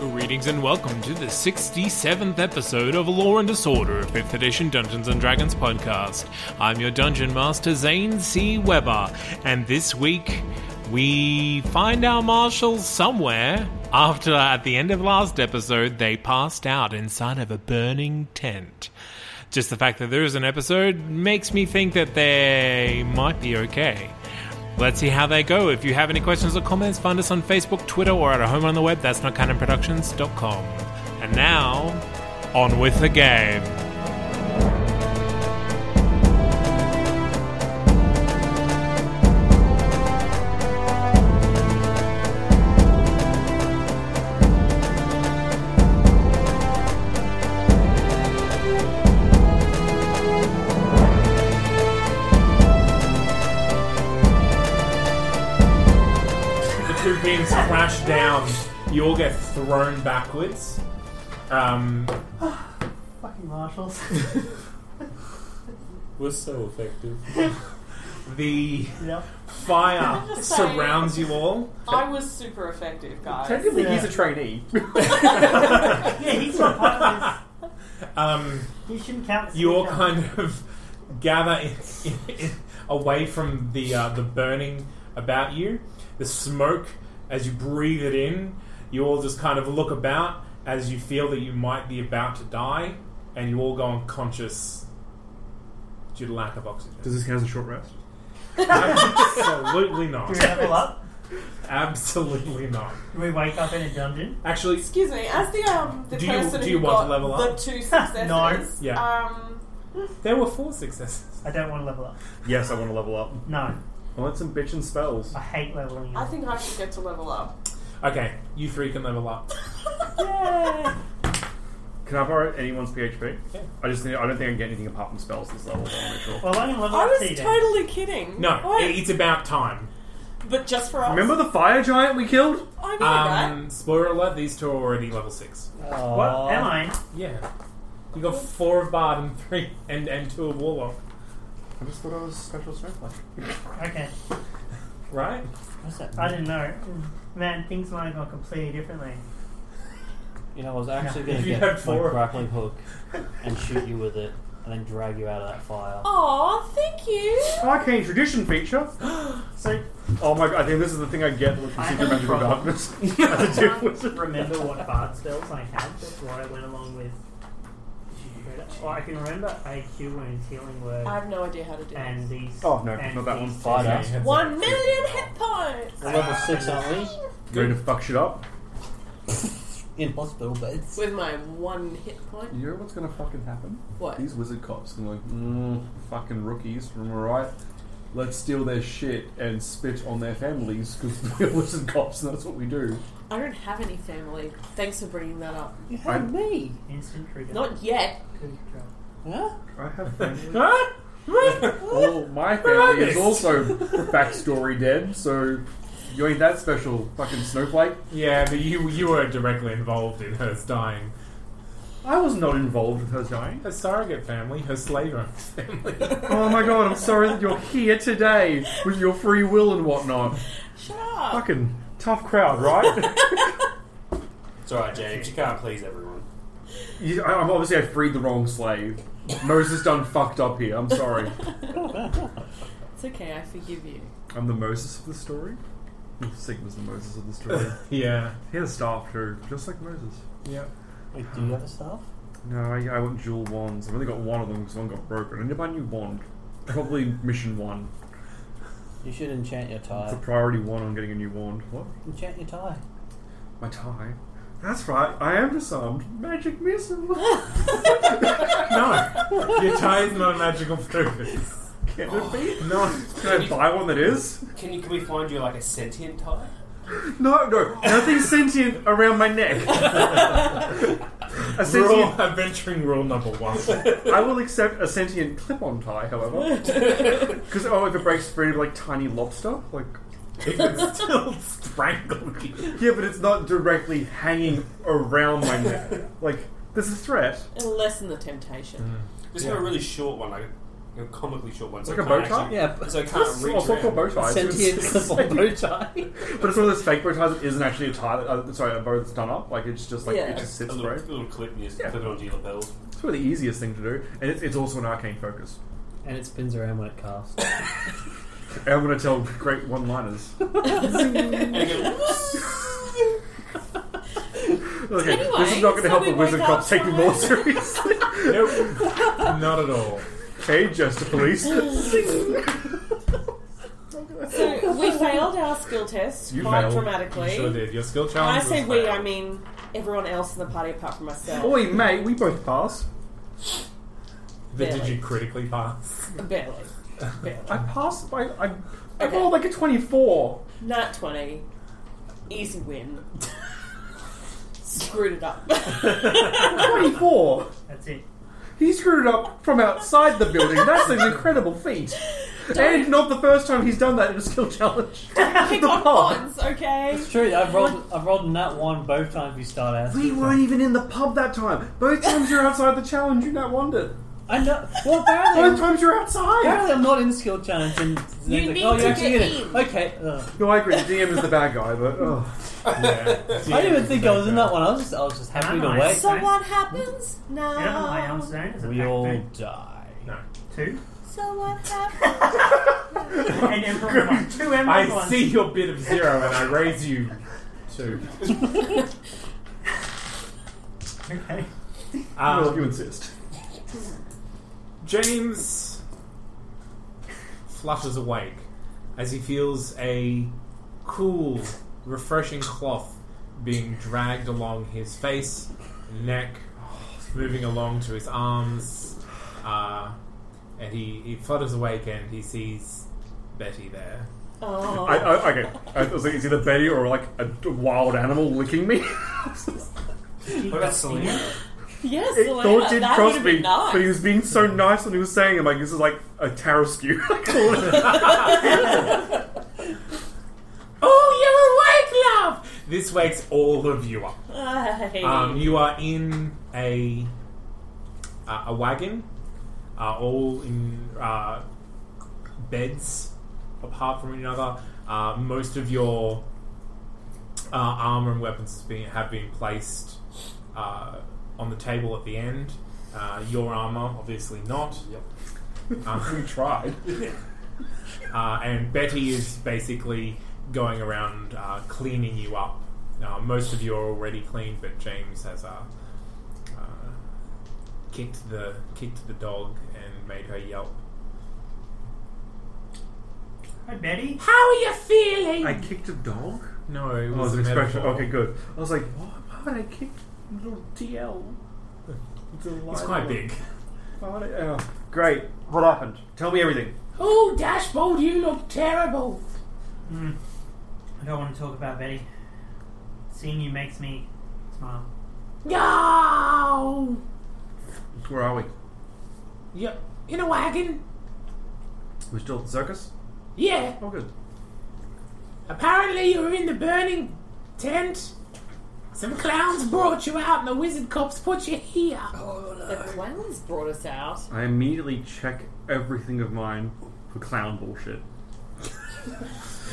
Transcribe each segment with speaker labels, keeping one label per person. Speaker 1: Greetings and welcome to the 67th episode of Law and Disorder, a 5th edition Dungeons and Dragons podcast. I'm your dungeon master, Zane C. Weber, and this week we find our marshals somewhere after, at the end of last episode, they passed out inside of a burning tent. Just the fact that there is an episode makes me think that they might be okay. Let's see how they go. If you have any questions or comments, find us on Facebook, Twitter, or at our home on the web. That's not canonproductions.com. And now, on with the game. The two beams crash down. You all get thrown backwards. Um,
Speaker 2: Fucking marshals.
Speaker 3: was so effective.
Speaker 1: the
Speaker 2: yeah.
Speaker 1: fire
Speaker 4: saying.
Speaker 1: surrounds you all.
Speaker 4: I was super effective, guys.
Speaker 3: Technically,
Speaker 2: he's
Speaker 3: he's
Speaker 2: a
Speaker 3: a trainee.
Speaker 2: Yeah, he's not part
Speaker 1: Um,
Speaker 2: of this. He shouldn't count. as
Speaker 1: you all
Speaker 2: speaker.
Speaker 1: kind of gather in, in, in- away from the uh, the burning about you. The smoke, as you breathe it in, you all just kind of look about as you feel that you might be about to die, and you all go unconscious due to lack of oxygen.
Speaker 5: Does this count as a short rest?
Speaker 1: Absolutely
Speaker 2: Do we
Speaker 1: not.
Speaker 2: level up?
Speaker 1: Absolutely not.
Speaker 2: Do we wake up in a dungeon?
Speaker 1: Actually,
Speaker 4: Excuse me, as the um the
Speaker 1: Do you-
Speaker 4: person
Speaker 1: do you
Speaker 4: who
Speaker 1: want
Speaker 4: got
Speaker 1: to level
Speaker 4: the
Speaker 1: up?
Speaker 4: two successes,
Speaker 2: No.
Speaker 1: Yeah.
Speaker 4: um,
Speaker 1: there were four successes.
Speaker 2: I don't want to level up.
Speaker 5: Yes, I want to level up.
Speaker 2: No,
Speaker 5: I want some bitchin' spells.
Speaker 2: I hate leveling
Speaker 4: I
Speaker 2: up.
Speaker 4: think I should get to level up.
Speaker 1: Okay, you three can level up.
Speaker 5: Can I borrow anyone's PHP? I just need, I don't think I can get anything apart from spells this level. so I'm not sure.
Speaker 2: Well, I can level
Speaker 4: I
Speaker 2: up
Speaker 4: was
Speaker 2: to you then.
Speaker 4: totally kidding.
Speaker 1: No,
Speaker 4: Wait,
Speaker 1: it- it's about time.
Speaker 4: but just for us.
Speaker 5: Remember the fire giant we killed?
Speaker 4: I
Speaker 2: Oh,
Speaker 4: know, right?
Speaker 1: Um, spoiler alert: these two are already level six.
Speaker 2: What am I?
Speaker 1: Yeah. You got four of Bard and three and, and two of Warlock,
Speaker 5: I just thought I was special strength. like-
Speaker 2: Okay.
Speaker 1: right?
Speaker 2: What's that? I didn't know. Man, things might have gone completely differently.
Speaker 6: You know, I was actually
Speaker 1: If
Speaker 6: going to
Speaker 1: you
Speaker 6: get
Speaker 1: had
Speaker 6: my
Speaker 1: four.
Speaker 6: grappling hook and shoot you with it, and then drag you out of that fire.
Speaker 4: Oh. Aw, thank you.
Speaker 5: Arcane tradition feature.
Speaker 2: So,
Speaker 5: Oh my god! I think this is the thing I get from Secret
Speaker 2: I have a
Speaker 5: Magical
Speaker 2: problem.
Speaker 5: Darkness.
Speaker 2: remember what bard spells I had before I went along with. Oh, I can remember AQ wounds, healing word,
Speaker 4: I have no idea how to do
Speaker 2: and
Speaker 4: this.
Speaker 2: these.
Speaker 5: Oh, no,
Speaker 2: and
Speaker 5: not that
Speaker 2: these
Speaker 5: one.
Speaker 2: two.
Speaker 6: Fire.
Speaker 1: Yeah, you had
Speaker 4: One
Speaker 1: that.
Speaker 4: million hit points.
Speaker 6: We're level six, aren't
Speaker 5: Going to fuck shit up.
Speaker 6: we? In hospital beds.
Speaker 4: With my one hit point.
Speaker 5: You know what's gonna fucking happen?
Speaker 4: What?
Speaker 5: These wizard cops are like, mm, fucking rookies from right. Let's steal their shit and spit on their families because we're wizard cops and that's what we do.
Speaker 4: I don't have any family. Thanks for bringing that up.
Speaker 6: You had me.
Speaker 2: Instant trigger.
Speaker 4: Not yet.
Speaker 2: Good job.
Speaker 6: Huh?
Speaker 5: I have family.
Speaker 1: Ah!
Speaker 5: All my family is
Speaker 1: Christ.
Speaker 5: also backstory dead, so you ain't that special, fucking snowflake.
Speaker 1: Yeah, but you you were directly involved in her dying.
Speaker 5: I was not involved with her dying.
Speaker 1: Her surrogate family, her slave owner's family.
Speaker 5: Oh my god, I'm sorry that you're here today with your free will and whatnot.
Speaker 4: Shut up.
Speaker 5: Fucking tough crowd, right?
Speaker 3: It's alright, James. You can't please everyone.
Speaker 5: You, I, I'm obviously I freed the wrong slave. Moses done fucked up here. I'm sorry.
Speaker 4: It's okay. I forgive you.
Speaker 5: I'm the Moses of the story. Sigma's the Moses of the story.
Speaker 1: yeah.
Speaker 5: he had a staff too, just like Moses.
Speaker 1: Yeah.
Speaker 6: Wait, do you have a staff?
Speaker 5: No, I, I want dual wands. I've only got one of them because one got broken. I need to buy a new wand. Probably mission one.
Speaker 6: You should enchant your
Speaker 5: It's a
Speaker 6: tie.
Speaker 5: priority one on getting a new wand. What?
Speaker 6: Enchant your tie.
Speaker 5: My tie. That's right, I am disarmed. Magic missile. no,
Speaker 3: Your tie is not a magical purpose.
Speaker 5: can it be? No. Can I buy one that is?
Speaker 3: Can you? Can we find you like a sentient tie?
Speaker 5: No, no. Nothing sentient around my neck. a sentient,
Speaker 3: adventuring rule number one.
Speaker 5: I will accept a sentient clip-on tie, however. Because oh, if it breaks free, like tiny lobster, like
Speaker 3: it's still strangled you.
Speaker 5: yeah, but it's not directly hanging around my neck. Like there's a threat.
Speaker 4: It'll lessen the
Speaker 1: Mm.
Speaker 4: temptation.
Speaker 3: Just have a really short one, like a, a comically short one. So
Speaker 5: Like a
Speaker 3: it can't
Speaker 5: bow tie?
Speaker 3: actually-
Speaker 6: Yeah, but
Speaker 3: So I can't reach.
Speaker 5: Well, it's not called
Speaker 3: around.
Speaker 5: bow ties.
Speaker 6: sentient
Speaker 5: It's-
Speaker 6: clip on bow tie.
Speaker 5: But it's one of those fake bow ties that isn't actually a tie. That, uh, sorry, a bow that's done up. Like it's just like
Speaker 4: Yeah.
Speaker 5: it just
Speaker 3: A
Speaker 5: sits
Speaker 3: little,
Speaker 5: right.
Speaker 3: little clip and you just
Speaker 5: Yeah.
Speaker 3: clip it onto your lapels.
Speaker 5: It's probably the easiest thing to do, and it's, it's also an arcane focus.
Speaker 6: And it spins around when it casts.
Speaker 5: And I'm going to tell great one-liners.
Speaker 3: And you go,
Speaker 5: Okay, this is
Speaker 4: Anyway,
Speaker 5: not going to help the
Speaker 4: something
Speaker 5: wizard
Speaker 4: like
Speaker 5: cops take me more
Speaker 4: outside.
Speaker 5: seriously.
Speaker 3: not at all.
Speaker 5: hey, Jester Police.
Speaker 4: So we failed our skill test
Speaker 5: You
Speaker 4: quite
Speaker 5: failed.
Speaker 4: dramatically.
Speaker 3: did. Your skill
Speaker 4: When I
Speaker 3: challenge.
Speaker 4: say we, I mean everyone else in the party apart from myself.
Speaker 5: Oi, mate, we both pass.
Speaker 4: But did you
Speaker 3: critically pass?
Speaker 4: Barely. Barely.
Speaker 5: I passed. I, I, I rolled like a 24.
Speaker 4: Nat 20. Easy win. Screwed it up.
Speaker 5: 24.
Speaker 2: That's it.
Speaker 5: He screwed it up from outside the building. That's an incredible feat. And not the first time he's done that in a skill challenge.
Speaker 4: Pick on
Speaker 5: pub.
Speaker 4: cons, okay?
Speaker 6: It's true. I've rolled. I've rolled nat one both times we start out.
Speaker 5: We weren't even in the pub that time. Both times you're outside the challenge, you not wondered.
Speaker 6: I know. Well, apparently,
Speaker 5: Both
Speaker 6: I'm,
Speaker 5: times you're outside.
Speaker 6: apparently I'm not in skill challenge. And
Speaker 4: You
Speaker 6: they're like,
Speaker 4: need
Speaker 6: oh,
Speaker 4: to
Speaker 6: you're actually
Speaker 4: get
Speaker 6: in it.
Speaker 4: in.
Speaker 6: Okay. uh, ugh.
Speaker 5: No, I agree. The DM is the bad guy, but oh.
Speaker 6: I didn't even think I was in that one. I was just. I was just happy to
Speaker 2: Am I?
Speaker 6: wait.
Speaker 4: So what happens now?
Speaker 2: You know why I'm saying is a
Speaker 6: We
Speaker 2: back
Speaker 6: all
Speaker 2: boot
Speaker 6: die.
Speaker 2: two,
Speaker 4: So what happens?
Speaker 2: and Emperor one, two Emperor ones.
Speaker 3: your bit of zero and I raise you two.
Speaker 2: Okay.
Speaker 5: Well, if you insist.
Speaker 3: James flutters awake as he feels a cool, refreshing cloth being dragged along his face, neck, moving along to his arms. Uh, and he, he flutters awake and he sees Betty there.
Speaker 4: Oh,
Speaker 5: I, I, okay, Uh, I was like, it's either Betty or like a d- wild animal licking me.
Speaker 3: What about Selena?
Speaker 4: yes,
Speaker 5: It
Speaker 4: Elena,
Speaker 5: thought did
Speaker 4: that
Speaker 5: cross
Speaker 4: would've
Speaker 5: me,
Speaker 4: been nice.
Speaker 5: but he was being so nice when he was saying it. I'm like, this is like a tarot skew.
Speaker 3: Oh, you're awake, love! This wakes all of you up.
Speaker 4: Hey.
Speaker 3: Um, you are in a uh, a wagon, uh, all in uh, beds apart from one another. Uh, most of your uh, armor and weapons has been, have been placed uh, on the table at the end. Uh, your armor, obviously not. Yep.
Speaker 5: we tried.
Speaker 3: Uh, and Betty is basically going around uh, cleaning you up. Uh, most of you are already clean, but James has uh, uh, kicked the kicked the dog and made her yelp.
Speaker 2: Hi, Betty.
Speaker 3: How are you feeling?
Speaker 5: I kicked a dog.
Speaker 3: no, it
Speaker 5: Oh,
Speaker 3: was
Speaker 5: was
Speaker 3: a
Speaker 5: an expression.
Speaker 3: metaphor.
Speaker 5: Okay, good. I was like, what? why would I kick little DL? It's, a
Speaker 3: It's
Speaker 5: live
Speaker 3: quite
Speaker 5: one.
Speaker 3: big.
Speaker 5: Why would I- oh, great. What happened? Tell me everything.
Speaker 3: Oh, Dashbold, you look terrible.
Speaker 2: Hmm. I don't want to talk about Betty. Seeing you makes me smile.
Speaker 3: No.
Speaker 5: Where are we?
Speaker 3: Yep. In a wagon.
Speaker 5: We're still at the circus?
Speaker 3: Yeah.
Speaker 5: Oh, good.
Speaker 3: Apparently, you were in the burning tent. Some clowns brought you out, and the wizard cops put you here.
Speaker 4: the clowns brought us out.
Speaker 5: I immediately check everything of mine for clown bullshit.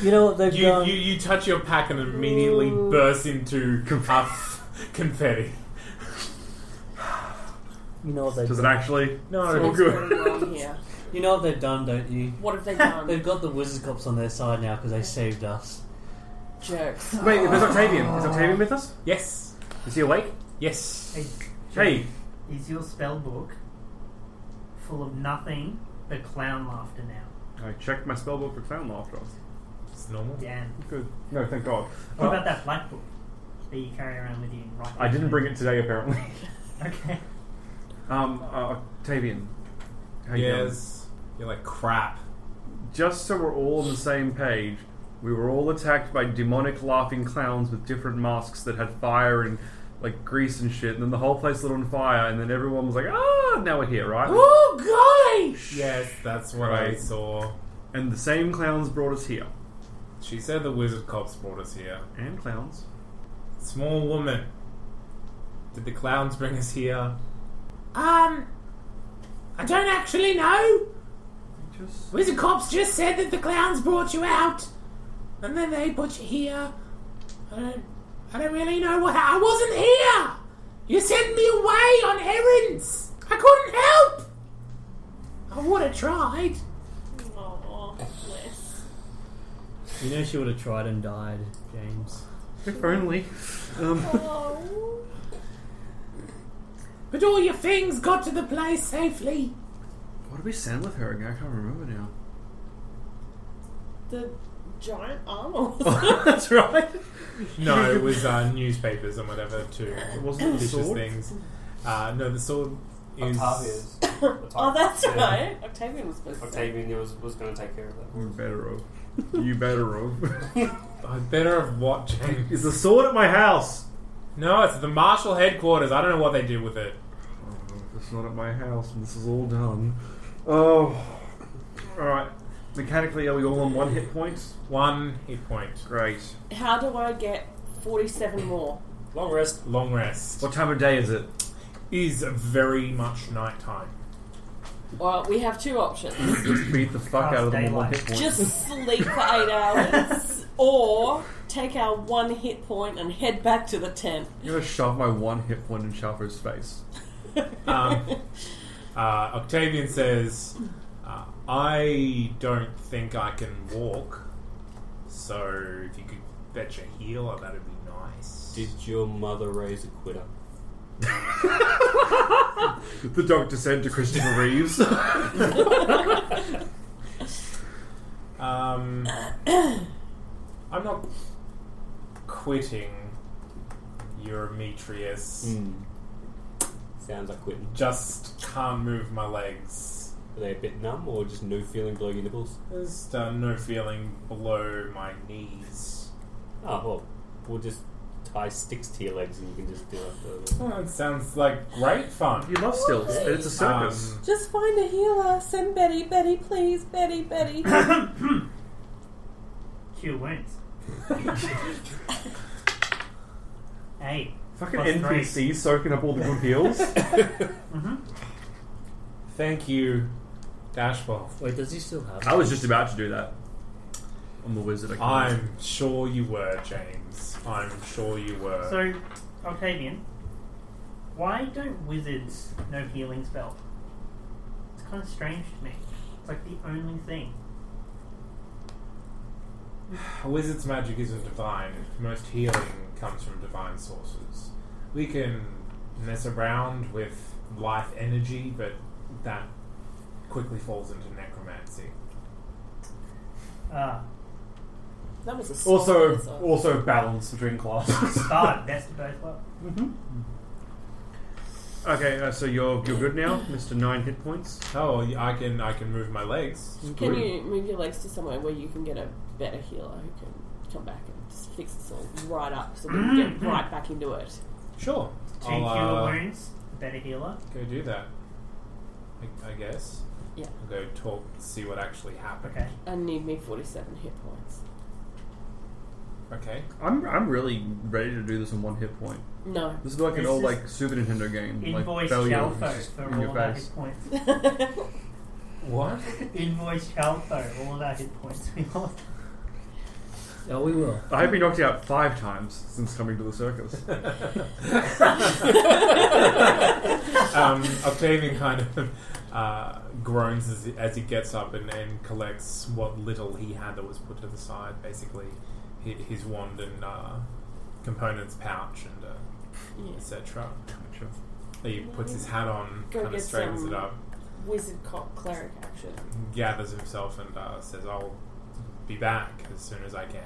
Speaker 6: You know what they've
Speaker 3: You,
Speaker 6: done?
Speaker 3: you, you touch your pack and immediately burst into puff confetti.
Speaker 6: You know what they've
Speaker 5: Does it
Speaker 6: done?
Speaker 5: actually?
Speaker 3: No,
Speaker 5: It's good.
Speaker 4: What's going on here?
Speaker 6: You know what they've done, don't you?
Speaker 4: What have they
Speaker 6: They've
Speaker 4: done?
Speaker 6: got the wizard cops on their side now because they saved us.
Speaker 4: Jerks.
Speaker 5: Wait, there's Octavian. Is Octavian with us?
Speaker 3: Yes.
Speaker 5: Is he awake?
Speaker 3: Yes.
Speaker 2: Hey,
Speaker 5: Hey,
Speaker 2: is your spell book full of nothing but clown laughter now?
Speaker 5: I checked my spellbook for clown laughter.
Speaker 3: It's normal.
Speaker 2: Damn.
Speaker 5: Good. No, thank God.
Speaker 2: What
Speaker 5: Uh,
Speaker 2: about that black book that you carry around with you? and write
Speaker 5: I didn't
Speaker 2: notes
Speaker 5: bring
Speaker 2: in?
Speaker 5: it today, apparently.
Speaker 2: Okay.
Speaker 5: Um, uh, Octavian. How you doing?
Speaker 3: Yes. You're like crap.
Speaker 5: Just so we're all on the same page, we were all attacked by demonic laughing clowns with different masks that had fire and like grease and shit, and then the whole place lit on fire, and then everyone was like, "Ah!" Now we're here, right?
Speaker 3: Oh gosh! Yes, that's what I
Speaker 5: Right.
Speaker 3: saw.
Speaker 5: And the same clowns brought us here,
Speaker 3: She said the wizard cops brought us here.
Speaker 5: and clowns.
Speaker 3: Small woman. Did the clowns bring us here? Um, I don't actually know.
Speaker 5: Just
Speaker 3: Wizard cops just said that the clowns brought you out, and then they put you here. I don't, I don't really know what. I wasn't here. You sent me away on errands. I couldn't help. I would have tried.
Speaker 4: Oh, bless.
Speaker 6: You know she would have tried and died, James.
Speaker 5: if only. Um,
Speaker 4: Oh.
Speaker 3: But all your things got to the place safely.
Speaker 5: what did we send with her again? I can't remember now.
Speaker 4: The giant animals.
Speaker 3: Oh.
Speaker 5: That's right.
Speaker 3: No, it was uh, newspapers and whatever too. It
Speaker 5: wasn't the sword?
Speaker 3: things. Uh, no, the sword is.
Speaker 6: Octavius.
Speaker 4: Oh, that's
Speaker 6: Yeah.
Speaker 4: right. Octavian was supposed to say.
Speaker 6: Octavian was, was going to take care of that.
Speaker 5: We're better off. You better off.
Speaker 3: I better have watched.
Speaker 5: Is the sword at my house?
Speaker 3: No, it's the Marshal headquarters. I don't know what they did with it.
Speaker 5: Oh, it's not at my house, and this is all done. Oh, all right. Mechanically, are we all on one hit point?
Speaker 3: One hit point.
Speaker 5: Great.
Speaker 4: How do I get 47 more?
Speaker 6: Long rest.
Speaker 3: Long rest.
Speaker 5: What time of day is it?
Speaker 3: Is very much nighttime.
Speaker 4: Well, we have two options.
Speaker 5: Just beat the fuck out of them on one
Speaker 2: Daylight.
Speaker 5: hit point.
Speaker 4: Just sleep for eight hours, or take our one hit point and head back to the tent.
Speaker 5: I'm gonna shove my one hit point in Shalfo's face.
Speaker 3: Um, uh, Octavian says, uh, I don't think I can walk, so if you could fetch a healer, that'd be nice.
Speaker 7: Did your mother raise a quitter?
Speaker 5: The doctor said to Christopher Reeves.
Speaker 3: Um, I'm not quitting Eurometrius.
Speaker 7: Sounds like quitting.
Speaker 3: Just can't move my legs.
Speaker 7: Are they a bit numb or just no feeling below your nipples?
Speaker 3: There's uh, no feeling below my knees.
Speaker 7: Oh, well, we'll just tie sticks to your legs and you can just do it.
Speaker 3: Oh, it sounds like great fun.
Speaker 5: you love stilts, and it's a circus.
Speaker 3: Um,
Speaker 4: Just find a healer. Send Betty, Betty, please, Betty, Betty.
Speaker 2: Two wounds. Eight.
Speaker 5: Fucking
Speaker 2: Plus three.
Speaker 5: NPC soaking up all the good heals.
Speaker 3: thank you, Dashball.
Speaker 6: Wait, does he still have?
Speaker 5: I was just about to do that. I'm the wizard. I can't.
Speaker 3: I'm sure you were, James. I'm sure you were.
Speaker 2: So, Octavian, why don't wizards know healing spell? It's kind of strange to me. It's like the only thing.
Speaker 3: A wizard's magic isn't divine. Most healing comes from divine sources. We can mess around with life energy, but that quickly falls into necromancy.
Speaker 2: Ah,
Speaker 4: That was a song,
Speaker 5: Also,
Speaker 4: that's all.
Speaker 5: also balance between classes.
Speaker 2: bard, best of both worlds.
Speaker 5: okay, uh, so you're you're good now, Mister Nine hit points.
Speaker 3: Oh, I can I can move my legs.
Speaker 4: Can you move your legs to somewhere where you can get a better healer who can come back and just fix this all right up so we can get right back into it?
Speaker 3: Sure.
Speaker 2: Two
Speaker 3: I'll,
Speaker 2: cure
Speaker 3: uh,
Speaker 2: wounds, better healer.
Speaker 3: go do that. I, I guess.
Speaker 4: Yeah.
Speaker 3: I'll go talk, see what actually happened.
Speaker 2: Okay.
Speaker 4: And need me 47 hit points.
Speaker 3: Okay.
Speaker 5: I'm I'm really ready to do this in one hit point.
Speaker 4: No.
Speaker 5: This is like an
Speaker 2: This
Speaker 5: old
Speaker 2: is
Speaker 5: like Super Nintendo game. Mm, like
Speaker 2: Invoice
Speaker 5: failure
Speaker 2: Chalfo
Speaker 5: is
Speaker 2: for
Speaker 5: in
Speaker 2: all
Speaker 5: your
Speaker 2: of our
Speaker 5: face.
Speaker 2: hit points.
Speaker 3: What?
Speaker 2: Invoice Chalfo, all of our hit points. We lost.
Speaker 6: Oh, we will.
Speaker 5: I have been knocked out five times since coming to the circus.
Speaker 3: um, Octavian kind of uh, groans as he, as he gets up and, and collects what little he had that was put to the side, basically his, his wand and uh, components pouch and uh,
Speaker 4: Yes.
Speaker 3: etc.
Speaker 5: Gotcha.
Speaker 3: He puts his hat on,
Speaker 4: Go
Speaker 3: kind of
Speaker 4: get
Speaker 3: straightens
Speaker 4: some-
Speaker 3: it up,
Speaker 4: Wizard cop cleric action.
Speaker 3: gathers himself, and uh, says, "I'll be back as soon as I can."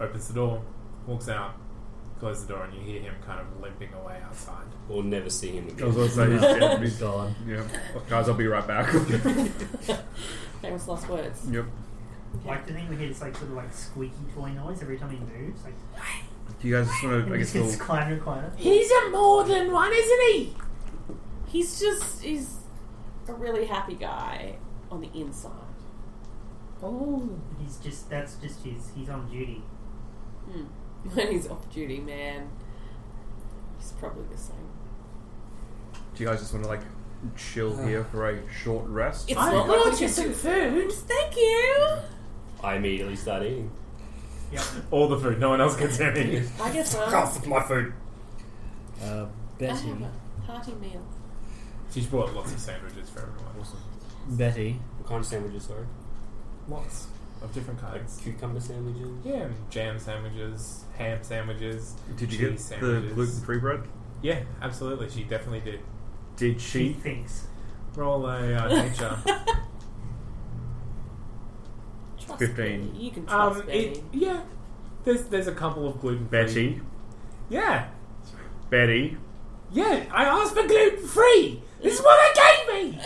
Speaker 3: Opens the door, walks out, closes the door, and you hear him kind of limping away outside.
Speaker 7: We'll never see him
Speaker 5: I
Speaker 7: again.
Speaker 5: was going to say he's dead. He's done.
Speaker 6: Gone.
Speaker 5: Yeah. Guys, I'll be right back.
Speaker 4: Famous last words.
Speaker 5: yep.
Speaker 2: Like the thing we hear this like sort of like squeaky toy noise every time he moves. Like
Speaker 5: Do you guys just want to, I
Speaker 2: he
Speaker 5: guess,
Speaker 2: gets
Speaker 5: we'll,
Speaker 2: climber and climber.
Speaker 4: He's a more than one, isn't he? He's just he's a really happy guy on the inside.
Speaker 2: Oh, he's just that's just his. He's on duty.
Speaker 4: When he's off duty, man, he's probably the same.
Speaker 5: do you guys just want to, like, chill here for a short rest?
Speaker 4: It's
Speaker 2: I-
Speaker 4: not gorgeous and food. Thank you.
Speaker 7: I immediately start eating.
Speaker 3: All the food, no one else gets any.
Speaker 4: I guess I'll
Speaker 3: my food.
Speaker 6: Uh,
Speaker 4: I
Speaker 6: Betty,
Speaker 4: have a hearty meal.
Speaker 3: She's brought lots of sandwiches for everyone. Awesome.
Speaker 6: Betty,
Speaker 7: What kind of sandwiches, sorry?
Speaker 3: Lots of different kinds.
Speaker 7: Cucumber sandwiches?
Speaker 3: Yeah, and jam sandwiches, ham sandwiches.
Speaker 5: Did you
Speaker 3: cheese
Speaker 5: get the
Speaker 3: sandwiches.
Speaker 5: gluten free bread?
Speaker 3: Yeah, absolutely. She definitely did.
Speaker 5: Did
Speaker 2: He
Speaker 5: she?
Speaker 2: thinks.
Speaker 3: Roll a uh, nature.
Speaker 4: Trust
Speaker 5: 15.
Speaker 4: Betty. You can trust
Speaker 3: um, it,
Speaker 4: Betty.
Speaker 3: yeah. There's there's a couple of gluten free.
Speaker 5: Betty?
Speaker 3: Yeah,
Speaker 5: Betty?
Speaker 3: yeah. I asked for gluten free. This is what they gave me.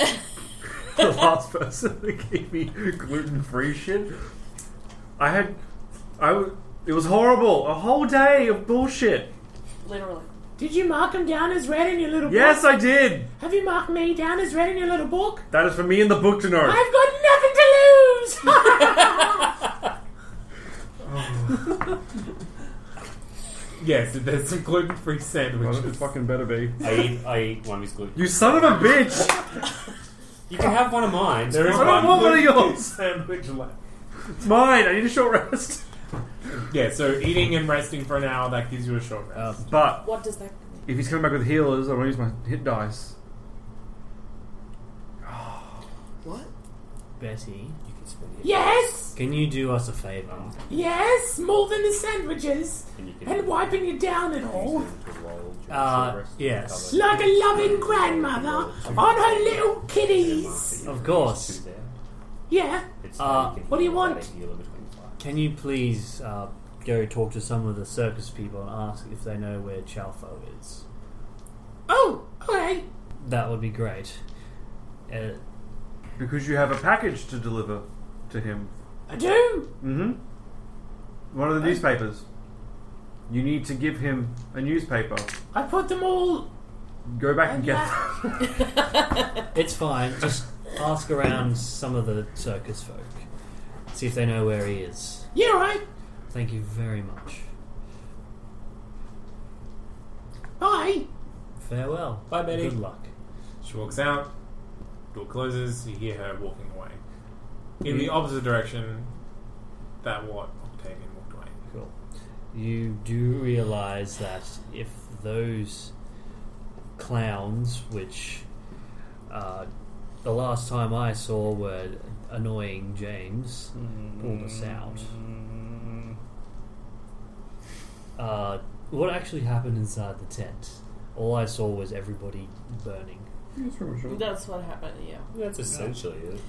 Speaker 5: the last person that gave me gluten free shit. I had. I w- It was horrible. A whole day of bullshit.
Speaker 4: Literally.
Speaker 3: Did you mark them down as red in your little
Speaker 5: Yes,
Speaker 3: book?
Speaker 5: I did!
Speaker 3: Have you marked me down as red in your little book?
Speaker 5: That is for me in the book to know.
Speaker 3: I've got nothing to lose. yes, there's some gluten free
Speaker 5: Well, it
Speaker 3: sandwiches.
Speaker 5: fucking better be.
Speaker 7: I eat, I eat one with gluten.
Speaker 5: You son of a bitch!
Speaker 7: You can have one of mine. There
Speaker 5: I don't want one of yours!
Speaker 3: sandwich left.
Speaker 5: It's mine! I need a short rest.
Speaker 3: Yeah, so eating and resting for an hour that gives you a short rest.
Speaker 6: uh,
Speaker 5: But
Speaker 4: What does that mean?
Speaker 5: if he's coming back with healers, I want to use my hit dice.
Speaker 4: What?
Speaker 6: Betty,
Speaker 7: You can spend it.
Speaker 3: Yes,
Speaker 6: can you do us a favour?
Speaker 3: yes, more than the sandwiches
Speaker 7: And you can
Speaker 3: and wiping you down and all,
Speaker 6: Uh, yes.
Speaker 3: like a loving grandmother on her little kiddies.
Speaker 6: Of course.
Speaker 3: Yeah,
Speaker 6: Uh,
Speaker 3: what do you want?
Speaker 6: Can you please uh, go talk to some of the circus people and ask if they know where Chalfo is?
Speaker 3: Oh, okay.
Speaker 6: That would be great. Uh,
Speaker 5: Because you have a package to deliver to him.
Speaker 3: I do.
Speaker 5: Mm hmm. One of the newspapers. You need to give him a newspaper.
Speaker 3: I put them all.
Speaker 5: Go back and get
Speaker 6: it's fine. Just ask around some of the circus folk. See if they know where he is.
Speaker 3: Yeah, right.
Speaker 6: Thank you very much.
Speaker 3: Bye.
Speaker 6: Farewell.
Speaker 7: Bye, Betty.
Speaker 6: Good luck.
Speaker 3: She walks out. Door closes. You hear her walking away in
Speaker 5: Mm.
Speaker 3: the opposite direction that what Octavian walked away.
Speaker 6: Cool. You do realize that if those clowns, which uh, the last time I saw were annoying James, pulled us out. Uh, what actually happened inside the tent? All I saw was everybody burning.
Speaker 4: That's what happened. Yeah.
Speaker 7: That's essentially it.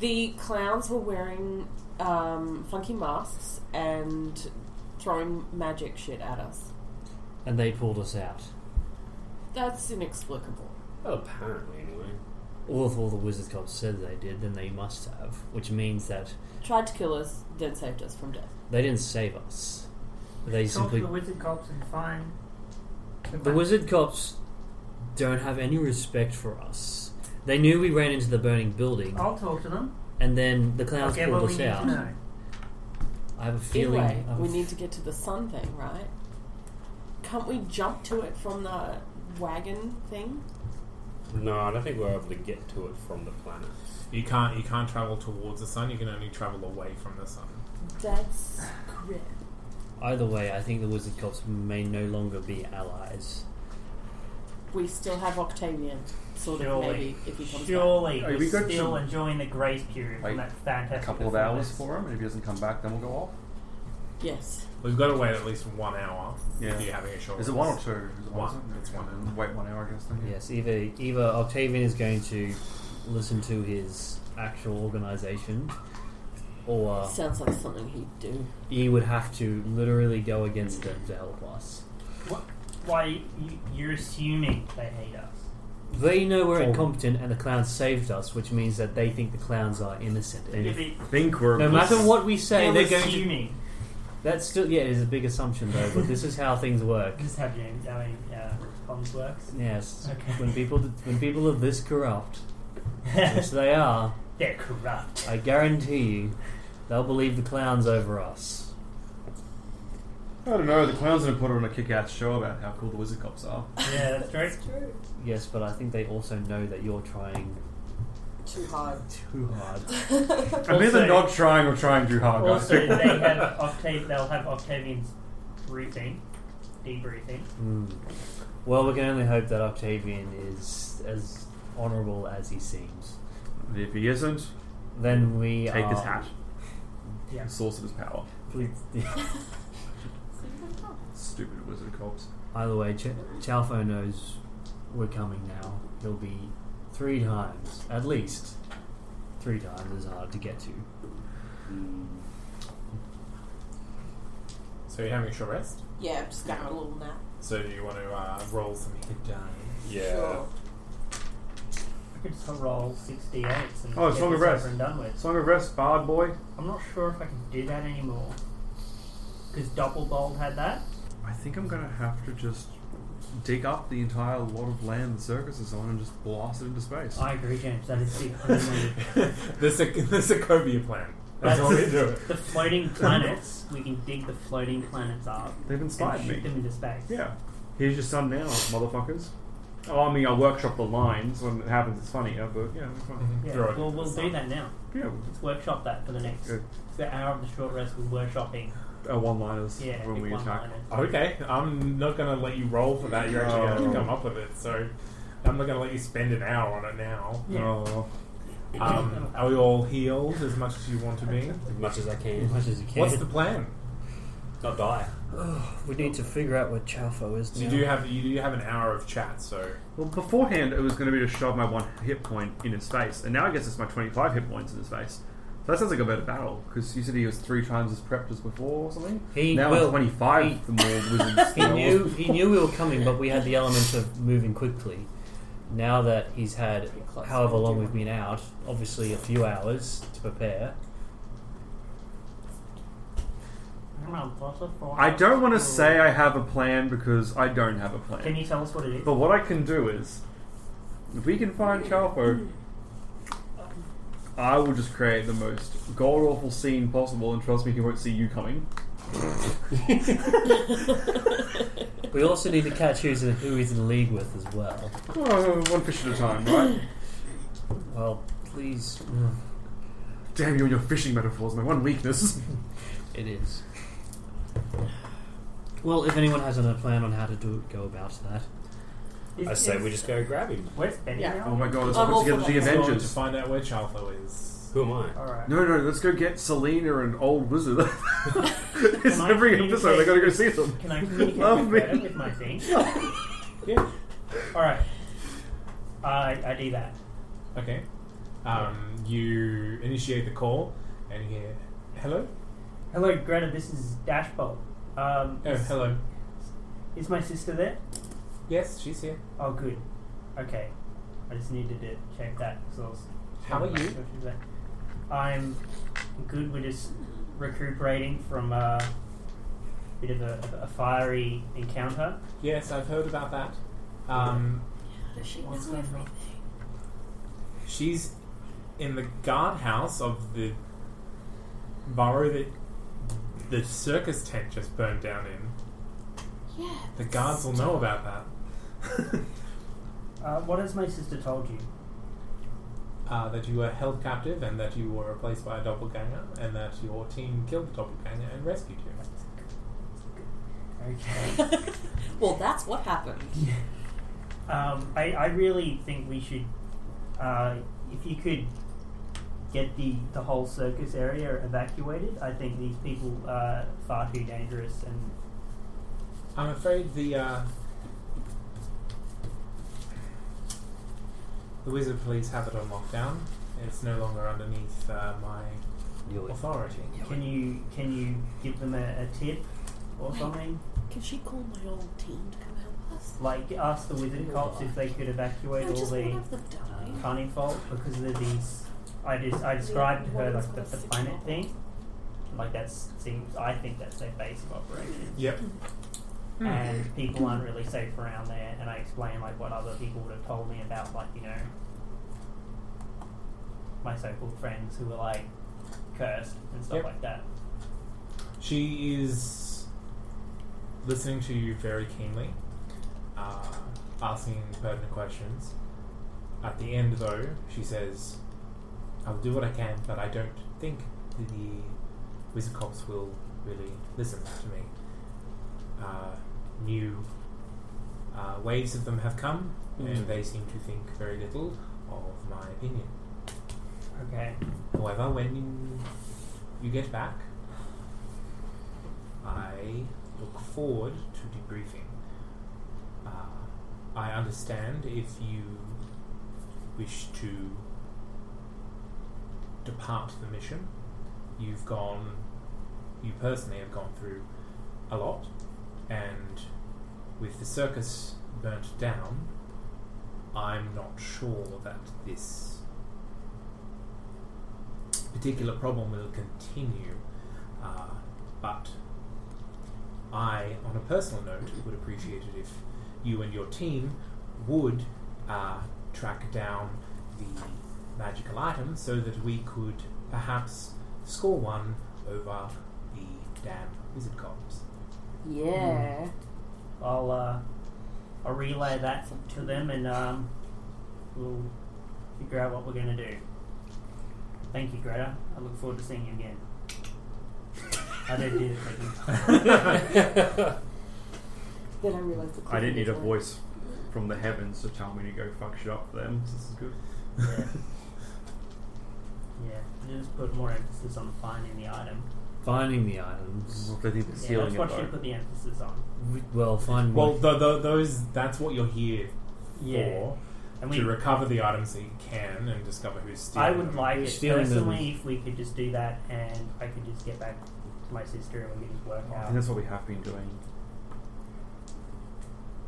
Speaker 4: The clowns were wearing um, funky masks and throwing magic shit at us.
Speaker 6: And they pulled us out.
Speaker 4: That's inexplicable.
Speaker 7: Well, apparently, anyway.
Speaker 6: All of all the wizard cops said they did, then they must have, which means that
Speaker 4: Tried to kill us, then saved us from death.
Speaker 6: they didn't save us. They
Speaker 2: Talk to
Speaker 6: simply
Speaker 2: the wizard cops and find.
Speaker 6: The wizard cops don't have any respect for us. They knew we ran into the burning building,
Speaker 2: I'll talk to them.
Speaker 6: and then the clowns
Speaker 2: Okay, what
Speaker 6: pulled
Speaker 2: we
Speaker 6: us
Speaker 2: need to know.
Speaker 6: out. I have a feeling.
Speaker 4: anyway,
Speaker 6: I have a
Speaker 4: we
Speaker 6: f-
Speaker 4: need to get to the sun thing, right? Can't we jump to it from the wagon thing?
Speaker 7: No, I don't think we're able to get to it from the planet.
Speaker 3: You can't. You can't travel towards the sun. You can only travel away from the sun.
Speaker 4: That's correct.
Speaker 6: Either way, I think the wizard cops may no longer be allies.
Speaker 4: We still have Octavian, sort of
Speaker 2: Surely.
Speaker 4: maybe if he comes
Speaker 2: Surely,
Speaker 5: Hey,
Speaker 2: we're
Speaker 5: we got
Speaker 2: still
Speaker 5: some-
Speaker 2: enjoying the grace period
Speaker 5: like,
Speaker 2: from that fantastic
Speaker 5: a couple of
Speaker 2: performance.
Speaker 5: hours for him, and if he doesn't come back, then we'll go off.
Speaker 4: back. Yes.
Speaker 3: We've got to wait at least one hour
Speaker 5: Yeah.
Speaker 3: if you're having a short
Speaker 5: Is it
Speaker 3: rest.
Speaker 5: one or two? Is it
Speaker 3: One.
Speaker 5: isn't it?
Speaker 3: It's one.
Speaker 5: And Wait one hour, I guess. Then. yeah.
Speaker 6: Yes, either either Octavian is going to listen to his actual organisation,
Speaker 2: Oh.
Speaker 6: or
Speaker 4: Sounds like something he'd do.
Speaker 6: he would have to literally go against them to help us.
Speaker 2: Why you, you're assuming they hate us?
Speaker 6: They know we're incompetent, and the clowns saved us, which means that they think the clowns are innocent. And
Speaker 2: If
Speaker 6: if-
Speaker 2: it,
Speaker 5: Think we're
Speaker 6: no matter what we say,
Speaker 2: they're
Speaker 6: they're going to.
Speaker 2: assuming.
Speaker 6: That's still yeah, it's a big assumption though, but this is how things work.
Speaker 2: This is how James, I mean, uh, comms works.
Speaker 6: Yes,
Speaker 2: Okay.
Speaker 6: when people when people are this corrupt, which they are,
Speaker 2: They're corrupt.
Speaker 6: I guarantee you, they'll believe the clowns over us.
Speaker 5: I don't know. The clowns gonna put on a kick-ass show about how cool the wizard cops are.
Speaker 2: Yeah, that's true.
Speaker 6: Yes, but I think they also know that you're trying
Speaker 4: Too hard.
Speaker 6: too hard.
Speaker 5: I'm either
Speaker 2: Also-
Speaker 5: not trying or trying too hard, guys.
Speaker 2: Also, they have Octav- they'll have Octavian's briefing, debriefing.
Speaker 6: Hmm. Well, we can only hope that Octavian is as honourable as he seems.
Speaker 5: if he isn't,
Speaker 6: Then we
Speaker 5: take
Speaker 6: are,
Speaker 5: his hat.
Speaker 2: Yeah.
Speaker 5: The source of his power.
Speaker 6: Please,
Speaker 5: Stupid wizard cops.
Speaker 6: Either way, Ch- Chalfo knows we're coming now. He'll be three times, at least three times as hard to get to.
Speaker 7: Hmm.
Speaker 3: So you're having a short rest.
Speaker 4: Yeah, I'm just going to have a little nap.
Speaker 3: So do you want to uh, roll some hit dice?
Speaker 7: Yeah.
Speaker 4: Sure.
Speaker 2: I could just roll 68 and
Speaker 5: Oh, it's
Speaker 2: get
Speaker 5: Song of
Speaker 2: this
Speaker 5: Rest.
Speaker 2: over and done with.
Speaker 5: Song of Rest, Bard Boy.
Speaker 2: I'm not sure if I can do that anymore. Because Doppelbold had that.
Speaker 5: I think I'm gonna have to just dig up the entire lot of land the circus is on and just blast it into space.
Speaker 2: I agree, James. That is the only.
Speaker 3: the Soc- the Sokovia plan. That's what we do.
Speaker 2: The floating planets. We can dig the floating planets up
Speaker 5: They've
Speaker 2: and
Speaker 5: inspired
Speaker 2: shoot
Speaker 5: me.
Speaker 2: them into space.
Speaker 5: Yeah. Here's your son now, motherfuckers. Oh, I mean, I workshop the lines. When it happens, it's funnier, but yeah, it's fine.
Speaker 2: Yeah,
Speaker 3: Throw it
Speaker 2: well,
Speaker 3: into
Speaker 2: we'll
Speaker 3: the
Speaker 2: do that now.
Speaker 5: Yeah,
Speaker 2: Let's workshop that for the next.
Speaker 5: Good.
Speaker 2: The hour of the short rest, we're workshopping.
Speaker 5: uh, one liners
Speaker 2: Yeah,
Speaker 5: when
Speaker 2: big
Speaker 5: we attack.
Speaker 2: one-liners.
Speaker 3: Okay, I'm not going to let you roll for that. You're actually going
Speaker 5: Oh.
Speaker 3: to come up with it. So I'm not going to let you spend an hour on it now.
Speaker 2: Yeah.
Speaker 5: Oh,
Speaker 3: Um, are we all healed as much as you want to be?
Speaker 7: As much as I
Speaker 6: As
Speaker 7: can.
Speaker 6: much as you can.
Speaker 3: What's the plan?
Speaker 7: Not die.
Speaker 6: we need to figure out where Chalfo is
Speaker 3: So
Speaker 6: now.
Speaker 3: you do have you do have an hour of chat. So
Speaker 5: well, beforehand it was going to be to shove my one hit point in his face, and now I guess it's my twenty-five hit points in his face. So that sounds like a better battle because you said he was three times as prepped as before or something.
Speaker 6: He
Speaker 5: now
Speaker 6: will.
Speaker 5: I'm twenty-five.
Speaker 6: He-
Speaker 5: the more wizards.
Speaker 6: He knew he knew we were coming, but we had the element of moving quickly. Now that he's had however long we've been out, obviously a few hours to prepare.
Speaker 5: I don't want to say I have a plan because I don't have a plan.
Speaker 2: Can you tell us what it is?
Speaker 5: But what I can do is, if we can find Chalfo, I will just create the most god awful scene possible, and trust me, he won't see you coming.
Speaker 6: We also need to catch who's in, who he's in league with as well.
Speaker 5: Oh, one fish at a time, right?
Speaker 6: Well, please,
Speaker 5: Damn you and your fishing metaphors, my one weakness.
Speaker 6: it is. Well, if anyone has a plan on how to do go about that,
Speaker 2: Is-
Speaker 7: I say
Speaker 2: is-
Speaker 7: we just go grab him.
Speaker 2: Where's Benny
Speaker 4: Yeah.
Speaker 5: oh
Speaker 2: now?
Speaker 5: my god, let's
Speaker 4: I'm all
Speaker 5: put together
Speaker 4: for
Speaker 5: the
Speaker 4: that.
Speaker 3: going to
Speaker 5: Avengers.
Speaker 3: find out where Charlo is.
Speaker 7: Who am I?
Speaker 2: Alright.
Speaker 5: No, no, let's go get Selena and Old Wizard. it's
Speaker 2: Can I
Speaker 5: every
Speaker 2: communicate?
Speaker 5: episode, I gotta go see them.
Speaker 2: Can I communicate
Speaker 5: Love
Speaker 2: with,
Speaker 5: me.
Speaker 2: better with my thing?
Speaker 3: Yeah.
Speaker 2: Alright. I, I do that.
Speaker 3: Okay. Um, you initiate the call and you hear, hello?
Speaker 2: Hello, Greta, this is Dashbolt. Um,
Speaker 3: Oh,
Speaker 2: is,
Speaker 3: hello.
Speaker 2: is my sister there?
Speaker 3: Yes, she's here.
Speaker 2: Oh, good. Okay. I just needed to check that. So I was-
Speaker 3: How are you?
Speaker 2: I'm good. We're just recuperating from uh, a bit of a, a fiery encounter.
Speaker 3: Yes, I've heard about that. Um,
Speaker 4: Does she
Speaker 3: What's going on? She's in the guardhouse of the burrow that the circus tent just burned down in.
Speaker 4: Yeah.
Speaker 3: The guards will know about that.
Speaker 2: Uh, what has my sister told you?
Speaker 3: uh, that you were held captive and that you were replaced by a doppelganger and that your team killed the doppelganger and rescued you.
Speaker 2: Okay.
Speaker 4: well, that's what happened.
Speaker 2: Um, I, I really think we should, uh, if you could get the, the whole circus area evacuated. I think these people are far too dangerous and
Speaker 3: I'm afraid the uh, the wizard police have it on lockdown. It's no longer underneath uh, my
Speaker 6: Knew it.
Speaker 3: authority.
Speaker 2: can you can you give them a, a tip or something?
Speaker 4: Can she call my old team to come help us?
Speaker 2: Like ask the wizard cops if they could evacuate
Speaker 4: I
Speaker 2: all
Speaker 4: just
Speaker 2: the
Speaker 4: want to have them die.
Speaker 2: Carnival because of these. I just I described to her
Speaker 4: Woman's
Speaker 2: like
Speaker 4: got
Speaker 2: the, the
Speaker 4: six
Speaker 2: planet
Speaker 4: novels.
Speaker 2: thing. Like that seems. I think that's their base of operations,
Speaker 3: Yep.
Speaker 2: and people aren't really safe around there. And I explain like what other people would have told me about like you know my so-called friends who were like cursed and stuff
Speaker 3: Yep.
Speaker 2: like that.
Speaker 3: She is listening to you very keenly, uh, asking pertinent questions. At the end, though, she says, I'll do what I can, but I don't think that the wizard cops will really listen to me. Uh, new uh, waves of them have come, and they seem to think very little of my opinion.
Speaker 2: Okay.
Speaker 3: However, when you get back, I look forward to debriefing. Uh, I understand if you wish to depart the mission. You've gone, you personally have gone through a lot, and with the circus burnt down, I'm not sure that this particular problem will continue. Uh, but I, on a personal note, would appreciate it if you and your team would uh, track down the magical item so that we could perhaps score one over the damn wizard cops.
Speaker 4: Yeah.
Speaker 2: I'll uh, I'll relay that to them, and um, we'll figure out what we're gonna do. Thank you, Greta. I look forward to seeing you again. I didn't do it. Thank
Speaker 4: Then I realised the
Speaker 5: I didn't need a
Speaker 4: clock was
Speaker 5: voice from the heavens to tell me to go fuck shit up for them. This is good.
Speaker 2: you. Yeah. yeah. Just put more emphasis on finding the item.
Speaker 6: Finding the items.
Speaker 7: What are people
Speaker 2: Yeah,
Speaker 7: stealing
Speaker 2: that's what
Speaker 7: it,
Speaker 2: she
Speaker 7: though?
Speaker 2: put the emphasis on.
Speaker 6: W- Well, finding.
Speaker 3: Well, th- th- those that's what you're here
Speaker 2: Yeah.
Speaker 3: for.
Speaker 2: And
Speaker 3: to
Speaker 2: we,
Speaker 3: recover the items that you can and discover who's stealing
Speaker 2: I would
Speaker 3: them.
Speaker 2: like
Speaker 6: We're
Speaker 2: it
Speaker 6: stealing them.
Speaker 2: personally if we could just do that, and I could just get back to my sister and we could just
Speaker 3: Oh,
Speaker 2: work
Speaker 5: I
Speaker 2: out.
Speaker 5: think that's what we have been doing.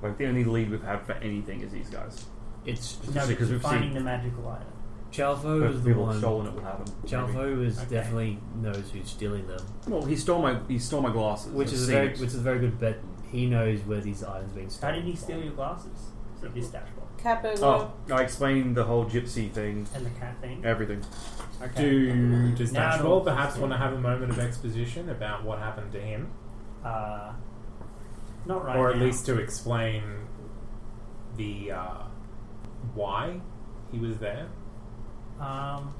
Speaker 5: Like the only lead we've had for anything is these guys.
Speaker 6: it's
Speaker 2: No,
Speaker 5: because we've
Speaker 2: finding
Speaker 5: seen-
Speaker 2: the magical item.
Speaker 6: Chalfo
Speaker 5: Both
Speaker 6: is the
Speaker 5: people have
Speaker 6: one.
Speaker 5: stolen it will have them. maybe.
Speaker 6: Chalfo is
Speaker 2: Okay.
Speaker 6: definitely knows who's stealing them,
Speaker 5: Well, he stole my he stole my glasses.
Speaker 6: which
Speaker 5: I've
Speaker 6: is a
Speaker 5: seen
Speaker 6: very
Speaker 5: it.
Speaker 6: which is a very good bet. He knows where these items being
Speaker 2: How
Speaker 6: stolen.
Speaker 2: did he steal
Speaker 6: from.
Speaker 2: your glasses? So this dashboard
Speaker 4: Capo.
Speaker 5: Oh, I explained the whole gypsy thing,
Speaker 2: and the cat thing.
Speaker 5: everything.
Speaker 3: Do does
Speaker 2: Now
Speaker 3: Dashwell
Speaker 2: it'll-
Speaker 3: perhaps want to have a moment of exposition about what happened to him,
Speaker 2: Uh, not right
Speaker 3: or at
Speaker 2: now.
Speaker 3: least to explain the uh, why he was there?
Speaker 2: Um,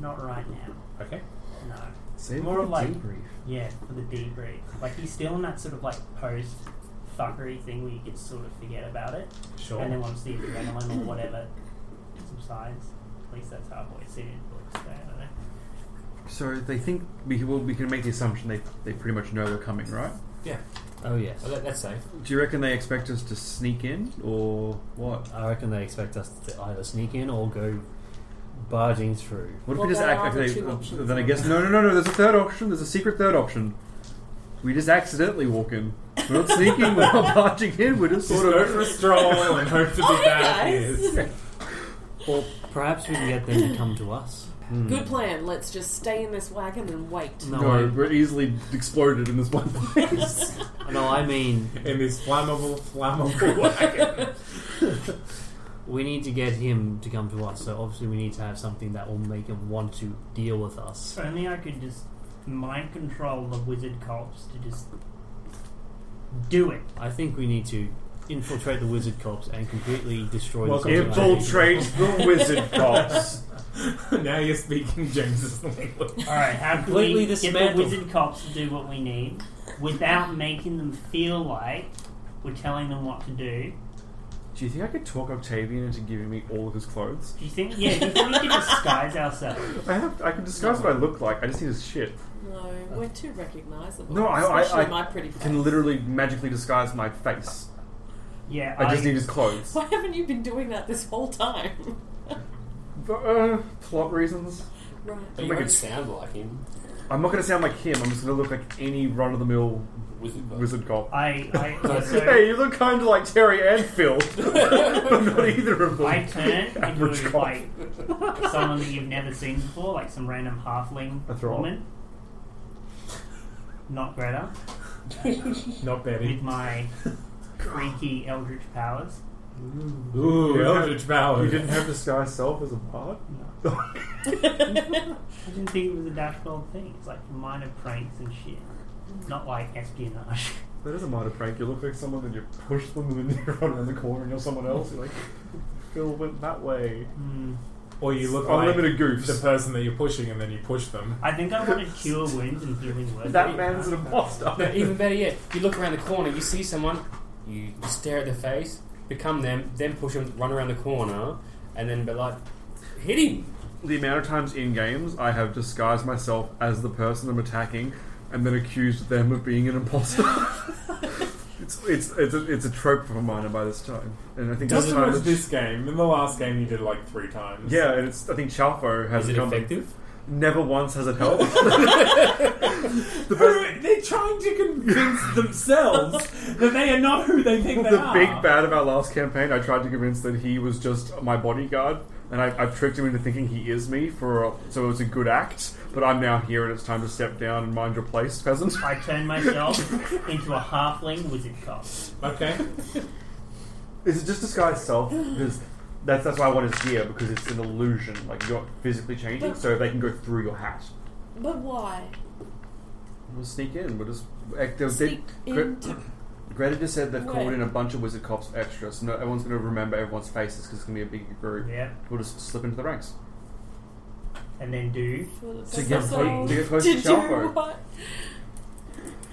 Speaker 2: not right now.
Speaker 3: Okay.
Speaker 2: No.
Speaker 5: Save
Speaker 2: More
Speaker 5: for the
Speaker 2: like-
Speaker 5: debrief.
Speaker 2: Yeah, for the debrief. Like he's still in that sort of like post fuckery thing where you can sort of forget about it,
Speaker 3: Sure.
Speaker 2: and then once the adrenaline or whatever subsides, at least that's how I've always seen it in books. So I don't know.
Speaker 5: So they think we well, we can make the assumption they they pretty much know we're coming, right?
Speaker 6: Oh yes,
Speaker 7: Oh, that, that's safe.
Speaker 5: Do you reckon they expect us to sneak in or what?
Speaker 6: I reckon they expect us to either sneak in or go barging through.
Speaker 5: What if
Speaker 4: Well,
Speaker 5: we just
Speaker 4: there
Speaker 5: act
Speaker 4: are
Speaker 5: like
Speaker 4: the
Speaker 5: they?
Speaker 4: two options,
Speaker 5: then I
Speaker 4: aren't
Speaker 5: guess no, no, no, no. There's a third option. There's a secret third option. We just accidentally walk in. We're not sneaking. we're not barging in. We're just
Speaker 3: Just
Speaker 5: sort
Speaker 3: go
Speaker 5: of.
Speaker 3: for a stroll and hope to be bad.
Speaker 4: guys.
Speaker 3: news.
Speaker 6: Or perhaps we can get them to come to us.
Speaker 5: Hmm.
Speaker 4: Good plan. Let's just stay in this wagon and wait.
Speaker 6: No,
Speaker 5: No, we're easily exploded in this one place.
Speaker 6: I, no, I mean
Speaker 3: in this flammable, flammable wagon.
Speaker 6: we need to get him to come to us. So obviously we need to have something that will make him want to deal with us.
Speaker 2: If only I could just mind control the wizard cops to just do it.
Speaker 6: I think we need to infiltrate the wizard cops and completely destroy
Speaker 3: Welcome
Speaker 6: the
Speaker 3: to
Speaker 5: Infiltrate the wizard cops.
Speaker 3: now you're speaking James's language.
Speaker 2: All right, how can
Speaker 6: Completely
Speaker 2: we get the
Speaker 6: dismantled.
Speaker 2: wizard cops to do what we need without making them feel like we're telling them what to do?
Speaker 5: Do you think I could talk Octavian into giving me all of his clothes?
Speaker 2: Do you think? Yeah, do you think we can disguise ourselves?
Speaker 5: I have. I can disguise what I look like. I just need his shit.
Speaker 4: No, we're too recognisable.
Speaker 5: Hmm. No, I, I,
Speaker 4: especially
Speaker 5: I
Speaker 4: my pretty face.
Speaker 5: can literally magically disguise my face.
Speaker 2: Yeah,
Speaker 5: I just need his clothes.
Speaker 4: Why haven't you been doing that this whole time?
Speaker 5: Uh, plot reasons.
Speaker 4: right.
Speaker 7: But you
Speaker 5: Make
Speaker 7: don't
Speaker 5: it-
Speaker 7: sound like him.
Speaker 5: I'm not going to sound like him. I'm just going to look like any run of the mill
Speaker 7: Wizard guy.
Speaker 5: wizard cop.
Speaker 2: I, I, yeah, so
Speaker 5: Hey, you look kind of like Terry and Phil, but not either of them.
Speaker 2: I turn
Speaker 5: Average
Speaker 2: into
Speaker 5: cop.
Speaker 2: like someone that you've never seen before, like some random halfling
Speaker 5: That's right.
Speaker 2: woman. Not Greta, with
Speaker 3: Not Betty.
Speaker 2: my creaky eldritch powers.
Speaker 3: Ooh,
Speaker 5: You don't have-
Speaker 3: Eldritch Power.
Speaker 5: Oh, You didn't have disguise self as a bard.
Speaker 2: No. I didn't think it was a dashboard thing. It's like minor pranks and shit. Not like espionage.
Speaker 5: That is a minor prank. You look like someone, and you push them, and then you run around the corner, and you're someone else. You're like, Phil went that way.
Speaker 3: Or you look
Speaker 5: Unlimited
Speaker 3: like
Speaker 5: goofs.
Speaker 3: the person that you're pushing and then you push them.
Speaker 2: I think I wanted cure wounds and healing words.
Speaker 5: That man's an imposter.
Speaker 7: No, even better yet, you look around the corner, you see someone, you stare at their face, become them, then push them, run around the corner, and then be like, hit him.
Speaker 5: the amount of times in games I have disguised myself as the person I'm attacking, and then accused them of being an imposter. it's it's it's a, it's a trope for mine by this time, and I think this
Speaker 3: Just
Speaker 5: time
Speaker 3: watch
Speaker 5: it's-
Speaker 3: this game. In the last game, you did it like three times.
Speaker 5: Yeah, and it's, I think Chalfo has
Speaker 7: Is it
Speaker 5: come-
Speaker 7: effective?
Speaker 5: Never once has it helped.
Speaker 3: They're they're trying to convince themselves that they are not who they think they
Speaker 5: the
Speaker 3: are.
Speaker 5: big bad of our last campaign, I tried to convince that he was just my bodyguard, and I, I've tricked him into thinking he is me for a, so it's a good act. But I'm now here, and it's time to step down and mind your place, peasant.
Speaker 2: I turn myself into a halfling wizard cop.
Speaker 3: Okay.
Speaker 5: Is it just disguise self? Because that's that's why I want his gear because it's an illusion. Like you're not physically changing, so they can go through your hat.
Speaker 4: But why?
Speaker 5: We'll sneak in. We'll just act- they'll-
Speaker 4: Sneak
Speaker 5: they- Gre-
Speaker 4: into-
Speaker 5: Greta just said they've called
Speaker 4: Where?
Speaker 5: in a bunch of wizard cops extra, so no, everyone's going to remember everyone's faces because it's going to be a bigger group.
Speaker 2: Yeah.
Speaker 5: We'll just slip into the ranks.
Speaker 2: And then do
Speaker 5: To get clo-
Speaker 4: So-
Speaker 5: to get close to
Speaker 4: do
Speaker 5: Chalfo.
Speaker 4: what?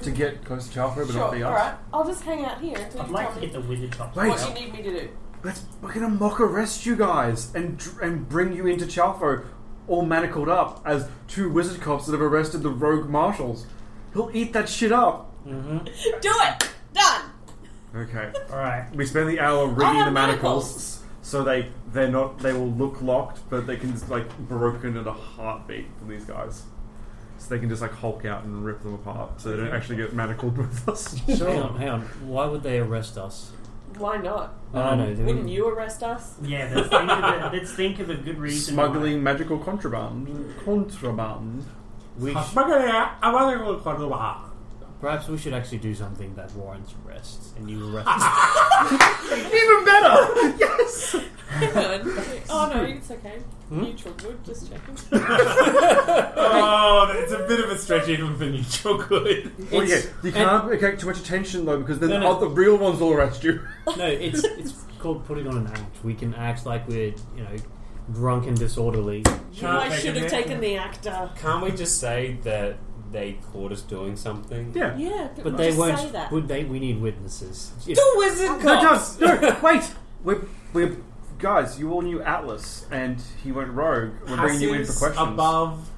Speaker 5: To get close to Chalfo, but
Speaker 4: Sure,
Speaker 5: not the
Speaker 4: all
Speaker 5: us.
Speaker 4: right. I'll just hang out here until
Speaker 2: I'd
Speaker 4: you
Speaker 2: like
Speaker 4: tell
Speaker 2: to
Speaker 4: me
Speaker 2: get the wizard cop.
Speaker 5: Wait.
Speaker 4: what you need me to do.
Speaker 5: Let's we're gonna mock arrest you guys and dr- and bring you into Chalfo, all manacled up as two wizard cops that have arrested the rogue marshals. He'll eat that shit up.
Speaker 4: Do it. Done.
Speaker 5: Okay.
Speaker 2: Alright.
Speaker 5: We spend the hour rigging
Speaker 4: have
Speaker 5: the manacles,
Speaker 4: manacles.
Speaker 5: so they they're not they will look locked, but they can just like broken at a heartbeat from these guys. So they can just like Hulk out and rip them apart, so they don't actually get manacled with us.
Speaker 6: Hang on, hang on. Why would they arrest us?
Speaker 4: Why not?
Speaker 6: I don't know.
Speaker 4: Um, Wouldn't you arrest us?
Speaker 2: Yeah, let's think, of a, let's think of a good reason. why.
Speaker 5: Smuggling magical contraband, contraband.
Speaker 6: We sh-
Speaker 3: Even
Speaker 6: perhaps we should actually do something that warrants arrest, and you arrest. us.
Speaker 3: better!
Speaker 4: Hang on. oh no, it's okay. Neutral good. Just checking.
Speaker 3: oh, it's a bit of a stretch even for neutral good.
Speaker 5: Well, yeah, you can't attract too much attention though, because then
Speaker 6: No, no.
Speaker 5: the real ones will arrest you.
Speaker 6: no, it's it's called putting on an act. We can act like we're you know drunk and disorderly.
Speaker 4: I should have taken the actor.
Speaker 7: Can't we just say that they caught us doing something?
Speaker 5: Yeah.
Speaker 4: Yeah,
Speaker 6: But they
Speaker 4: just
Speaker 6: won't.
Speaker 4: Say that.
Speaker 6: Would they? We need witnesses. If-
Speaker 7: wizard
Speaker 5: No, John, no, wait. We're, we're guys. You all knew Atlas, and he went rogue. We're bringing you in for
Speaker 3: Passes
Speaker 5: questions.
Speaker 3: above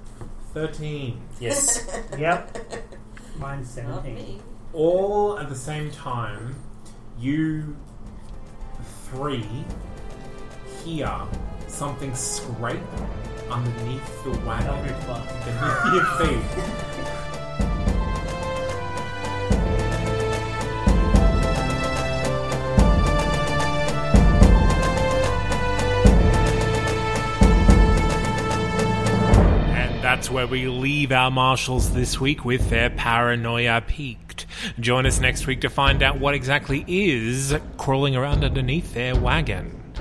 Speaker 3: 13.
Speaker 7: Yes.
Speaker 2: Yep. Mine's
Speaker 4: Not
Speaker 2: 17.
Speaker 4: me.
Speaker 3: all at the same time, you three hear something scrape underneath the wagon
Speaker 2: Eldritch Blast.
Speaker 3: beneath your feet.
Speaker 1: And that's where we leave our marshals this week with their paranoia peaked. Join us next week to find out what exactly is crawling around underneath their wagon.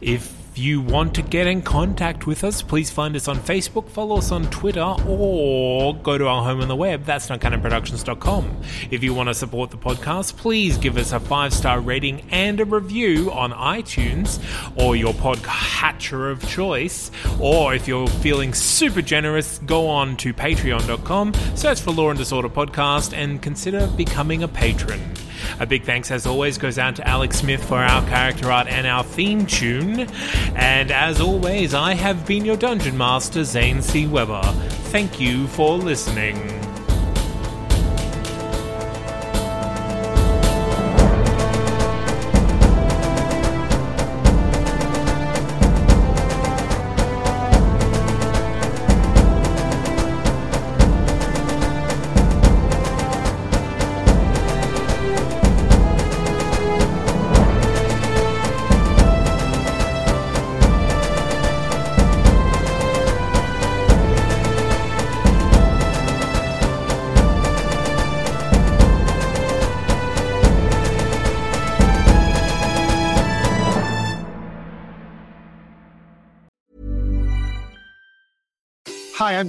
Speaker 1: If you want to get in contact with us, please find us on Facebook, follow us on Twitter, or go to our home on the web, that's notcanonproductions.com. If you want to support the podcast, please give us a five star rating and a review on iTunes or your podcatcher of choice. Or if you're feeling super generous, go on to patreon.com, search for Law and Disorder Podcast, and consider becoming a patron.
Speaker 3: A big thanks, as always, goes out to Alex Smith for our character art and our theme tune. And as always, I have been your dungeon master, Zane C. Weber. Thank you for listening.
Speaker 5: Hi, I'm